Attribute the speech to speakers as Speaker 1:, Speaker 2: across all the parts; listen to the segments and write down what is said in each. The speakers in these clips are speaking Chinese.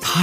Speaker 1: 他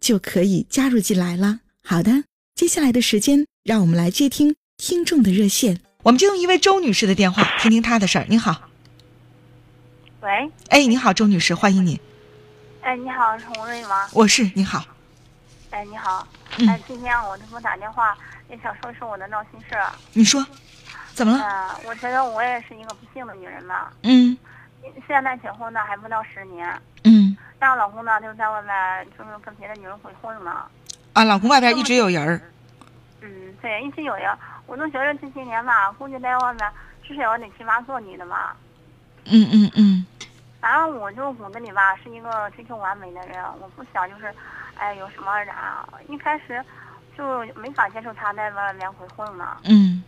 Speaker 2: 就可以加入进来了。好的，接下来的时间，让我们来接听听众的热线。
Speaker 3: 我们接通一位周女士的电话，听听她的事儿。您好，
Speaker 4: 喂，
Speaker 3: 哎，你好，周女士，欢迎你，
Speaker 4: 哎，你好，是洪瑞吗？
Speaker 3: 我是你好，
Speaker 4: 哎，你好，
Speaker 3: 嗯
Speaker 4: 哎，今天我给我打电话，也想说说我的闹心事儿。
Speaker 3: 你说怎么
Speaker 4: 嗯、
Speaker 3: 了？
Speaker 4: 我觉得我也是一个不幸的女人吧。
Speaker 3: 嗯
Speaker 4: 现在结婚呢还不到十年，
Speaker 3: 嗯
Speaker 4: 但我老公呢就在外面就是跟别的女人鬼混了。
Speaker 3: 啊，老公外边一直有人儿，
Speaker 4: 嗯，对，一直有呀。我都觉得这些年吧，估计在外面至少有得七八个女的吧。
Speaker 3: 嗯嗯嗯
Speaker 4: 反正我就骨子里吧是一个追求完美的人，我不想就是，哎，有什么啥。一开始就没法接受他在外面鬼混嘛。
Speaker 3: 嗯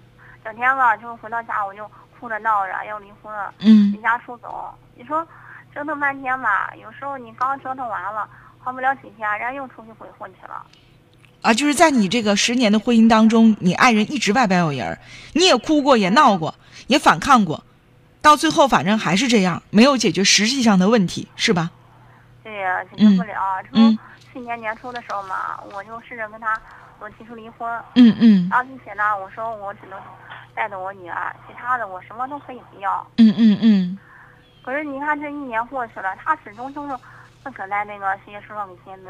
Speaker 4: 整天吧，就是回到家我就哭着闹着要离婚，离
Speaker 3: 嗯
Speaker 4: 家出走。你说折腾半天吧，有时候你刚折腾完了，混不了几天，人家又出去鬼混去了。
Speaker 3: 啊，就是在你这个十年的婚姻当中，你爱人一直外边有人儿，你也哭过，也闹过，也反抗过，到最后反正还是这样，没有解决实际上的问题，是吧？
Speaker 4: 对呀，解决不了。这
Speaker 3: 嗯
Speaker 4: 不去年年初的时候嘛，我就试着跟他我提出离婚，
Speaker 3: 嗯嗯
Speaker 4: 然后并且呢，我说我只能带着我女儿，其他的我什么都可以不要。
Speaker 3: 嗯嗯嗯
Speaker 4: 可是你看这一年过去了，他始终就是不肯在那个协议书上给签字，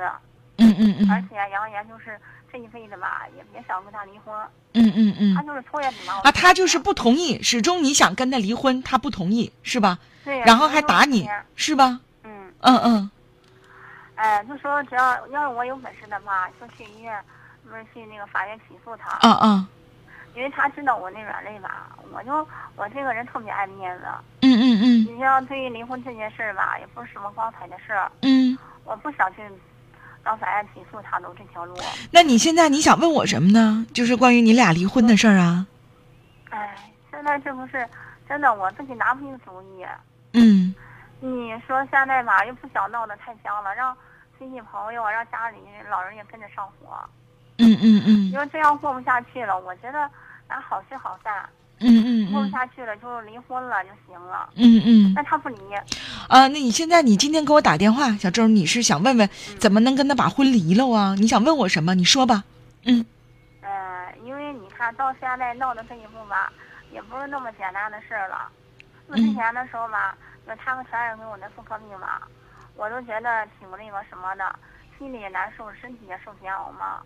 Speaker 3: 嗯嗯嗯
Speaker 4: 而且扬言就是这一辈子吧也别想跟他离婚。
Speaker 3: 嗯嗯嗯
Speaker 4: 他。就是拖延你嘛。我
Speaker 3: 啊，他就是不同意，始终你想跟他离婚，他不同意，是吧？
Speaker 4: 对呀、
Speaker 3: 然后还打你，是吧？
Speaker 4: 嗯，
Speaker 3: 嗯嗯
Speaker 4: 哎，就说只要要是我有本事的话，就去医院，不是去那个法院起诉他，
Speaker 3: 啊啊，
Speaker 4: 因为他知道我那软肋吧。我就我这个人特别爱面子，
Speaker 3: 嗯嗯嗯
Speaker 4: 你像对于离婚这件事儿吧，也不是什么光彩的事儿，
Speaker 3: 嗯。
Speaker 4: 我不想去到法院起诉他走这条路。
Speaker 3: 那你现在你想问我什么呢？就是关于你俩离婚的事儿啊。
Speaker 4: 哎，现在这不是真的，我自己拿不定主意。
Speaker 3: 嗯
Speaker 4: 你说现在吧，又不想闹得太僵了，让亲戚朋友啊，让家里老人也跟着上火。
Speaker 3: 嗯嗯嗯
Speaker 4: 你说这样过不下去了，我觉得咱好聚好散，
Speaker 3: 嗯
Speaker 4: 过不
Speaker 3: 嗯
Speaker 4: 下去了就离婚了就行了。
Speaker 3: 嗯嗯
Speaker 4: 但他不离，
Speaker 3: 啊，那你现在你今天给我打电话，小周，你是想问问怎么能跟他把婚离了啊？你想问我什么？你说吧。
Speaker 4: 呃，因为你看到现在闹到这一步吧，也不是那么简单的事儿了。那之前的时候吧，有他们传染给我的妇科病嘛，我都觉得挺那个什么的，心里也难受，身体也受煎熬嘛。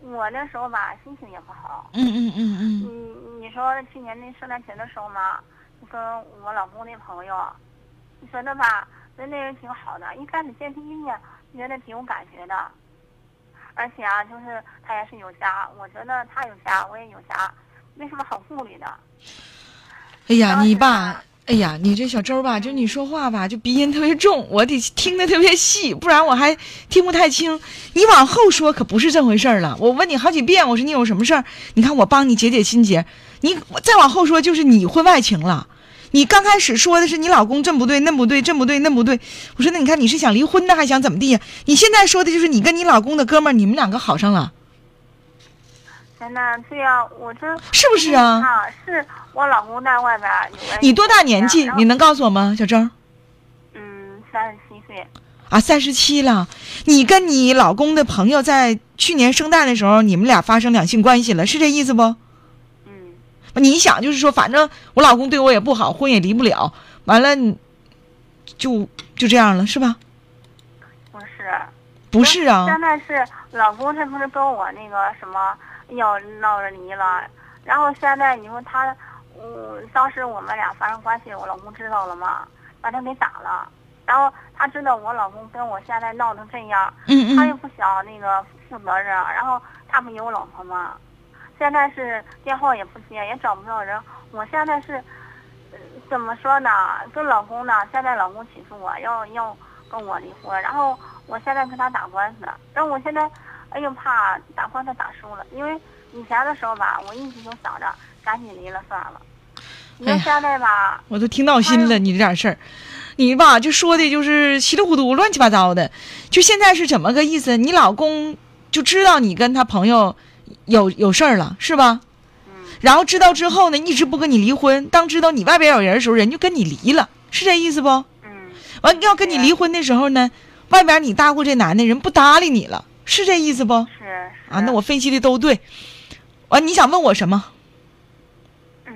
Speaker 4: 我那时候吧，心情也不好。
Speaker 3: 嗯嗯嗯
Speaker 4: 你你说去年那圣诞节的时候嘛，就跟我老公那朋友，就觉得吧，人那人挺好的，一开始见第一面就觉得挺有感觉的，而且啊，就是他也是有家，我觉得他有家，我也有家，没什么好顾虑的。
Speaker 3: 嗯。哎呀，
Speaker 4: 当
Speaker 3: 你
Speaker 4: 时
Speaker 3: 吧
Speaker 4: 吧。
Speaker 3: 哎呀，你这小周吧，就你说话吧，就鼻音特别重，我得听得特别细，不然我还听不太清。你往后说可不是这回事儿了。我问你好几遍，我说你有什么事儿？你看我帮你解解心结。你我再往后说就是你婚外情了。你刚开始说的是你老公这不对那不对这不对那不对，我说那你看你是想离婚呢，还想怎么地呀？你现在说的就是你跟你老公的哥们儿，你们两个好上了，
Speaker 4: 真的，对呀、我这
Speaker 3: 是不是啊？
Speaker 4: 啊，是我老公在外边儿有个
Speaker 3: 你多大年纪？
Speaker 4: 啊然后
Speaker 3: 你能告诉我吗，小周？
Speaker 4: 嗯，三十七岁。
Speaker 3: 啊，三十七了。你跟你老公的朋友在去年圣诞的时候，你们俩发生两性关系了，是这意思不？
Speaker 4: 嗯，
Speaker 3: 你想，就是说，反正我老公对我也不好，婚也离不了，完了，你就就这样了，是吧？
Speaker 4: 不是，
Speaker 3: 不是啊，
Speaker 4: 现在是老公他不是跟我那个什么要闹着离了，然后现在你说他，嗯，当时我们俩发生关系，我老公知道了嘛，把他给打了，然后他知道我老公跟我现在闹成这样，
Speaker 3: 嗯
Speaker 4: 他又
Speaker 3: 嗯，
Speaker 4: 不想那个负责任，然后他不有老婆吗？现在是电话也不接，也找不到人。我现在是，呃怎么说呢？跟老公呢，现在老公起诉我要要跟我离婚，然后我现在跟他打官司，然后我现在，哎呦怕打官司打输了，因为以前的时候吧，我一直就想着赶紧离了算了。你
Speaker 3: 哎
Speaker 4: 说
Speaker 3: 呀
Speaker 4: 现在吧，
Speaker 3: 我都听闹心了，你这点事儿，你吧就说的就是稀里糊涂、乱七八糟的。就现在是怎么个意思？你老公就知道你跟他朋友有有事儿了，是吧？
Speaker 4: 嗯，
Speaker 3: 然后知道之后呢，一直不跟你离婚。当知道你外边有人的时候，人就跟你离了，是这意思不？
Speaker 4: 嗯，
Speaker 3: 完要跟你
Speaker 4: 对
Speaker 3: 离婚的时候呢，外边你搭过这男的人不搭理你了，是这意思不？
Speaker 4: 是
Speaker 3: 啊，
Speaker 4: 是
Speaker 3: 那我分析的都对。完、你想问我什么？
Speaker 4: 嗯，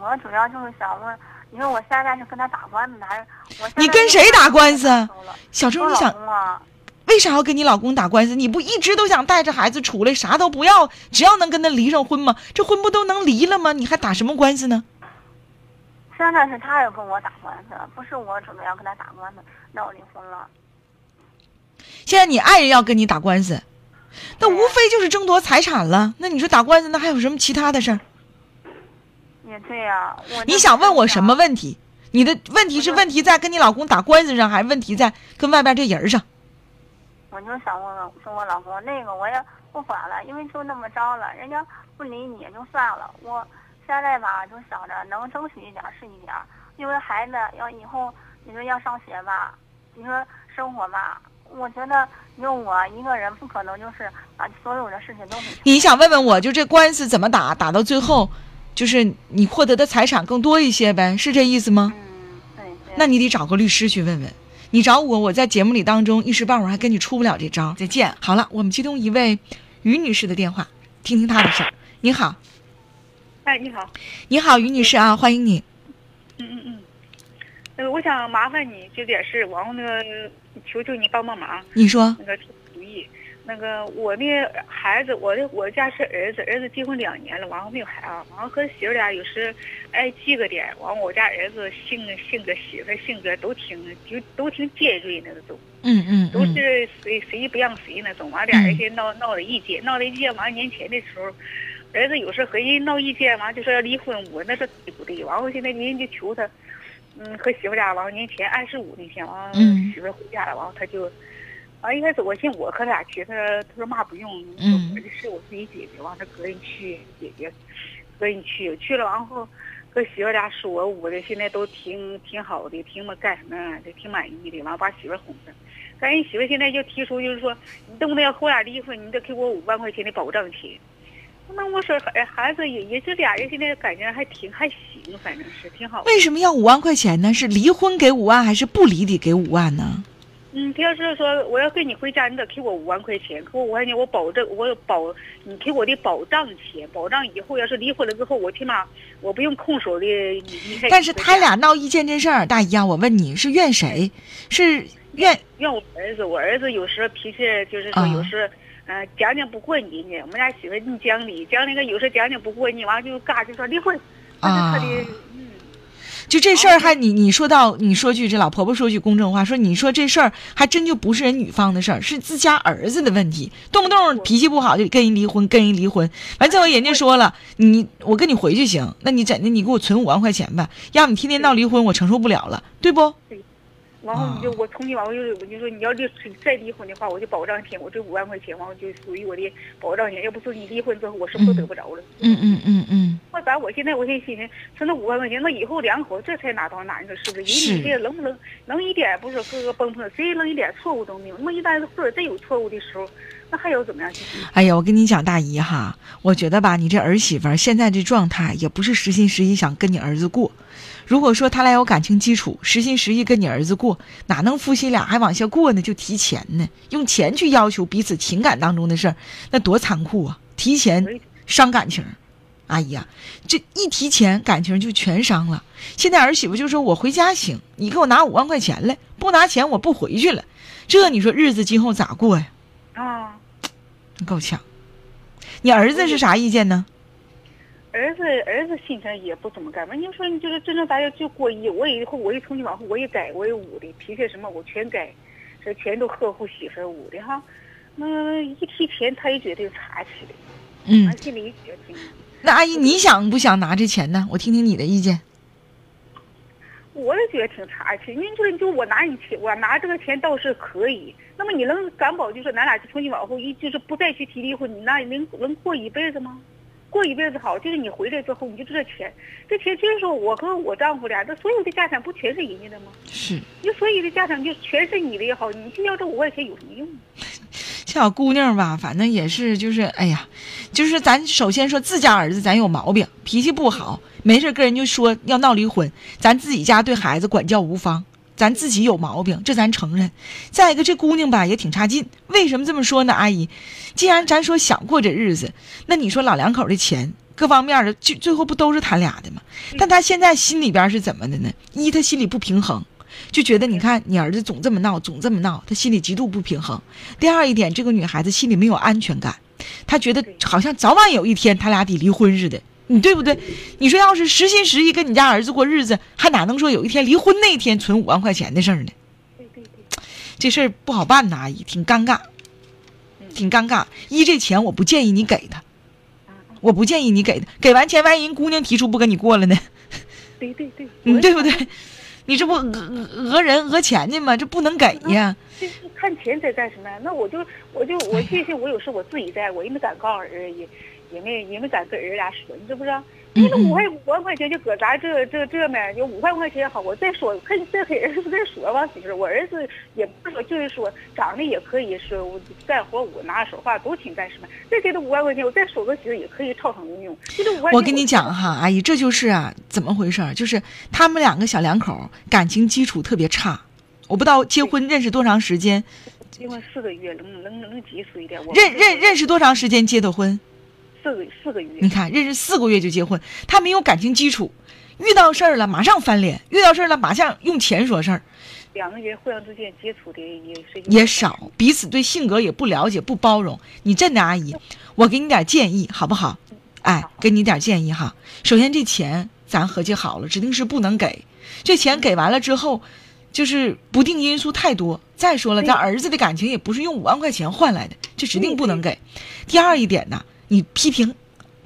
Speaker 4: 我主要就是想问，你说我现在是跟他打官司呢还是我现在
Speaker 3: 你跟谁打官司啊小周，
Speaker 4: 跟
Speaker 3: 你
Speaker 4: 老
Speaker 3: 想
Speaker 4: 公啊，
Speaker 3: 为啥要跟你老公打官司？你不一直都想带着孩子出来，啥都不要，只要能跟他离上婚吗？这婚不都能离了吗？你还打什么官司呢？
Speaker 4: 现在是他要跟我打官司，不是我准备要跟他打官司闹离婚了。
Speaker 3: 现在你爱人要跟你打官司，那无非就是争夺财产了。那你说打官司，那还有什么其他的事儿？
Speaker 4: 也对呀、我
Speaker 3: 你想问我什么？问题？你的问题是
Speaker 4: 我就
Speaker 3: 问题在跟你老公打官司上，还是问题在跟外边这人儿上？
Speaker 4: 我就想问问，说我老公那个我也不管了，因为就那么着了，人家不理你也就算了。我现在吧，就想着能争取一点儿是一点儿，因为孩子要以后你说要上学吧，你说生活吧，我觉得你说我一个人不可能就是把所有的事情都给
Speaker 3: 你想问问我，就这官司怎么打？打到最后，就是你获得的财产更多一些呗，是这意思吗？
Speaker 4: 嗯，对对。
Speaker 3: 那你得找个律师去问问。你找我，我在节目里当中一时半会儿还跟你出不了这招。再见。好了，我们接通一位于女士的电话，听听她的事儿。你好，
Speaker 5: 哎，你好，
Speaker 3: 你好，于女士啊，欢迎你。
Speaker 5: 嗯嗯嗯，呃，我想麻烦你这点事，然后呢，求求你帮帮忙，
Speaker 3: 你说，
Speaker 5: 那个出主意。那个我的孩子，我的我家是儿子，儿子结婚两年了，完后没有孩子，完后和媳妇俩有时爱记个点，完后我家儿子性性格、媳妇儿性格都挺就都挺尖锐那种，
Speaker 3: 嗯嗯
Speaker 5: 都
Speaker 3: 嗯
Speaker 5: 是谁谁不让谁那种，完俩人先闹闹了意见，闹了意见完年前的时候，儿子有时候和人闹意见完就说要离婚，我那时候对不对？完后现在人家就求他，嗯，和媳妇俩完年前二十五那天完，
Speaker 3: 嗯
Speaker 5: 媳妇回家了，完后他就，完一开始我寻我和他俩去，他说他说妈不用，
Speaker 3: 嗯
Speaker 5: 我的事我自己解决，完他个人去解决，个人去去了完后。和媳妇俩说，我的现在都挺挺好的，挺么干什么的，挺满意的。完把媳妇哄着，但人媳妇现在就提出，就是说你动不动要和我俩离婚，你得给我五万块钱的保证金。那我说孩孩子也也这俩人现在感情还挺还行，反正是挺好。
Speaker 3: 为什么要五万块钱呢？是离婚给五万，还是不离得给五万呢？
Speaker 5: 嗯，他要是说我要跟你回家，你得给我五万块钱，给我五万块钱，我保证我有保你给我的保障钱，保障以后要是离婚了之后，我起码我不用空手的离开。
Speaker 3: 但是他俩闹意见这事儿，大姨啊，我问你是怨谁？是怨
Speaker 5: 怨我儿子，我儿子有时候脾气就是说
Speaker 3: 啊
Speaker 5: 有时候，呃，讲讲不过你呢。我们家媳妇净讲理，讲理个有时候讲讲不过你，完了就嘎就说离婚。那
Speaker 3: 啊
Speaker 5: 是他的，嗯，
Speaker 3: 就这事儿还你你说到你说句这老婆婆说句公正话，说你说这事儿还真就不是人女方的事儿，是自家儿子的问题，动不动脾气不好就跟人离婚，跟人离婚，完最后人家说了你我跟你回去行，那你怎的你给我存五万块钱吧，要不你天天闹离婚我承受不了了，对不？
Speaker 5: 然后
Speaker 3: 啊
Speaker 5: 你就我从今往后就是我就说你要离再离婚的话，我就保障钱，我这五万块钱，完我就属于我的保障钱。要不说你离婚之后，我什么都得不着了。
Speaker 3: 嗯嗯嗯嗯，
Speaker 5: 那咱我现在我现在心里说那五万块钱，那以后两口子这才哪到哪，你说是不
Speaker 3: 是
Speaker 5: 是？人你这能不能能一点不是磕磕碰碰，谁能一点错误都没有？那么一旦或者真有错误的时候，那还有怎么样去？
Speaker 3: 哎呀，我跟你讲大姨哈，我觉得吧，你这儿媳妇儿现在这状态也不是实心实意想跟你儿子过，如果说他俩有感情基础，实心实意跟你儿子过，哪能夫妻俩还往下过呢？就提钱呢，用钱去要求彼此情感当中的事儿，那多残酷啊！提前伤感情，阿姨啊，这一提钱感情就全伤了。现在儿媳妇就说我回家行，你给我拿五万块钱来，不拿钱我不回去了。这你说日子今后咋过呀？
Speaker 4: 啊，
Speaker 3: 够呛。你儿子是啥意见呢？
Speaker 4: 儿子儿子性情也不怎么改嘛。你说你就是真正咱要就过一，我以后我一从今往后我也改，我也捂的脾气什么我全改，这全都呵护媳妇儿捂的哈。那一提钱他也觉得有岔气的，
Speaker 3: 嗯
Speaker 4: 俺，心里也觉得。
Speaker 3: 那阿姨你想不想拿这钱呢？我听听你的意见。
Speaker 4: 我也觉得挺差气。你说，你就我拿你钱，我拿这个钱倒是可以。那么你能敢保就是咱俩就从今往后一就是不再去提离婚，你那能能过一辈子吗？过一辈子好，就是你回来之后，你就这钱，这钱就是说我和我丈夫俩，这所有的家产不全是人家的吗？
Speaker 3: 是，
Speaker 4: 你所有的家产就全是你的也好，你就要这五块钱有什么用？
Speaker 3: 这小姑娘吧，反正也是，就是哎呀，就是咱首先说自家儿子，咱有毛病，脾气不好，没事跟人就说要闹离婚，咱自己家对孩子管教无方，咱自己有毛病，这咱承认。再一个，这姑娘吧也挺差劲，为什么这么说呢？阿姨，既然咱说想过这日子，那你说老两口的钱。各方面的，就最后不都是他俩的吗？但他现在心里边是怎么的呢？一，他心里不平衡，就觉得你看你儿子总这么闹，总这么闹，他心里极度不平衡。第二一点，这个女孩子心里没有安全感，她觉得
Speaker 4: 对
Speaker 3: 好像早晚有一天他俩得离婚似的，你对不对？
Speaker 4: 嗯
Speaker 3: 你说要是实心实意跟你家儿子过日子，还哪能说有一天离婚那天存五万块钱的事儿呢？
Speaker 4: 对对对，
Speaker 3: 这事儿不好办呐，阿姨，挺尴尬，
Speaker 4: 嗯
Speaker 3: 挺尴尬。一这钱我不建议你给他，
Speaker 4: 啊，啊
Speaker 3: 我不建议你给他，给完钱万一人姑娘提出不跟你过了呢？
Speaker 4: 对对对，
Speaker 3: 你
Speaker 4: 我
Speaker 3: 对不对？你这不讹讹讹人讹钱去吗？这不能给呀。
Speaker 4: 就是看钱在干什么呀？那我就 我就我这些我有事我自己在，我也没敢告诉人，也也没也没敢跟人俩说，你知不知道？
Speaker 3: 嗯
Speaker 4: 那个
Speaker 3: 嗯
Speaker 4: 五块五万块钱就搁咱这这这面，有五万块钱好，我再说，看 你再给儿子再说吧，媳妇儿，我儿子也不是说就是说长得也可以，说我干活我拿手话都挺干什么，再给他五万块钱，我再说个媳妇儿也可以照常用。就这五万，
Speaker 3: 我跟你，讲哈，阿姨，这就是啊，怎么回事儿？就是他们两个小两口儿感情基础特别差，我不知道结婚认识多长时间，
Speaker 4: 结婚四个月能能能急死一点，我
Speaker 3: 认认认识多长时间结的婚？
Speaker 4: 四个四个月，
Speaker 3: 你看，认识四个月就结婚，他没有感情基础，遇到事儿了马上翻脸，遇到事儿了马上用钱说事儿，
Speaker 4: 两个人互相之间接触的也是一
Speaker 3: 也
Speaker 4: 个
Speaker 3: 少，彼此对性格也不了解、不包容。你真的阿姨，我给你点建议好不好？哎
Speaker 4: 好，
Speaker 3: 给你点建议哈。首先，这钱咱合计好了，指定是不能给。这钱给完了之后，就是不定因素太多。再说了，
Speaker 4: 对
Speaker 3: 咱儿子的感情也不是用五万块钱换来的，这指定不能给。第二一点呢，你批评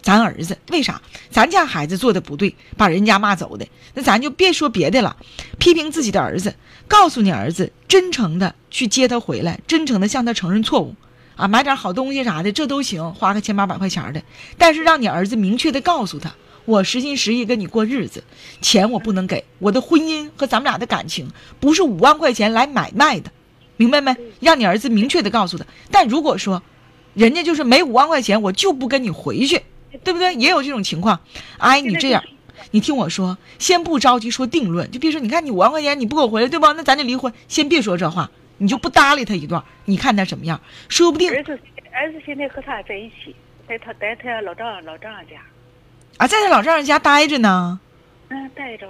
Speaker 3: 咱儿子，为啥？咱家孩子做的不对，把人家骂走的，那咱就别说别的了，批评自己的儿子，告诉你儿子，真诚的去接他回来，真诚的向他承认错误，啊，买点好东西啥的，这都行，花个千八百块钱的，但是让你儿子明确的告诉他，我实心实意跟你过日子，钱我不能给，我的婚姻和咱们俩的感情不是五万块钱来买卖的，明白没？让你儿子明确的告诉他。但如果说，人家就是没五万块钱，我就不跟你回去，对不对？也有这种情况。哎，你这样，你听我说，先不着急说定论，就别说你看你五万块钱你不给我回来，对吧？那咱就离婚，先别说这话，你就不搭理他一段，你看他什么样，说不定
Speaker 4: 儿子儿子现在和他俩在一起，在他在他老丈老丈人家，
Speaker 3: 啊，在他老丈人家待着呢。
Speaker 4: 嗯，带着，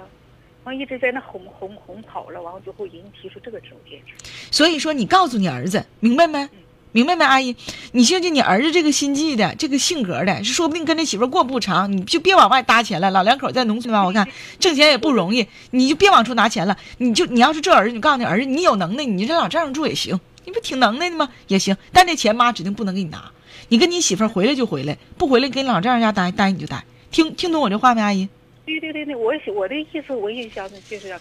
Speaker 4: 完一直在那哄哄哄跑了，完了最后人提出这个条件，
Speaker 3: 所以说，你告诉你儿子，明白没？明白没，阿姨？你就就你儿子这个心计的，这个性格的，是说不定跟这媳妇儿过不长，你就别往外搭钱了。老两口在农村吧，我看挣钱也不容易，你就别往出拿钱了。你就你要是这儿子，你告诉你儿子，你有能耐，你就在老丈人住也行，你不挺能耐的吗？也行，但这钱妈指定不能给你拿。你跟你媳妇儿回来就回来，不回来跟老丈人家待待你就待。听听懂我这话没，阿姨？
Speaker 4: 对对对对，我喜我的意思我也想就是要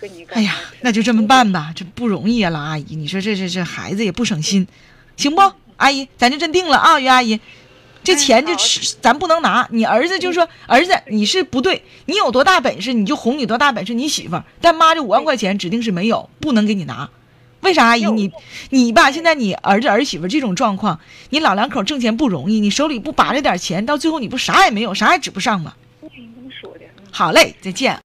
Speaker 4: 跟你 干
Speaker 3: 哎呀，那就这么办吧，这不容易啊，老阿姨，你说这这这孩子也不省心，行不？阿姨，咱就真定了啊，于阿姨，这
Speaker 4: 哎
Speaker 3: 钱就
Speaker 4: 好嗯
Speaker 3: 吃，咱不能拿。你儿子就说，儿子你是不对，你有多大本事你就哄你多大本事你媳妇儿，但妈这五万块钱指定是没有，不能给你拿。为啥阿姨
Speaker 4: 有
Speaker 3: 你你吧？现在你儿子儿媳妇这种状况，你老两口挣钱不容易，你手里不把着点钱，到最后你不啥也没有，啥也指不上吗？
Speaker 4: 你这么说的，嗯。
Speaker 3: 好嘞，再见。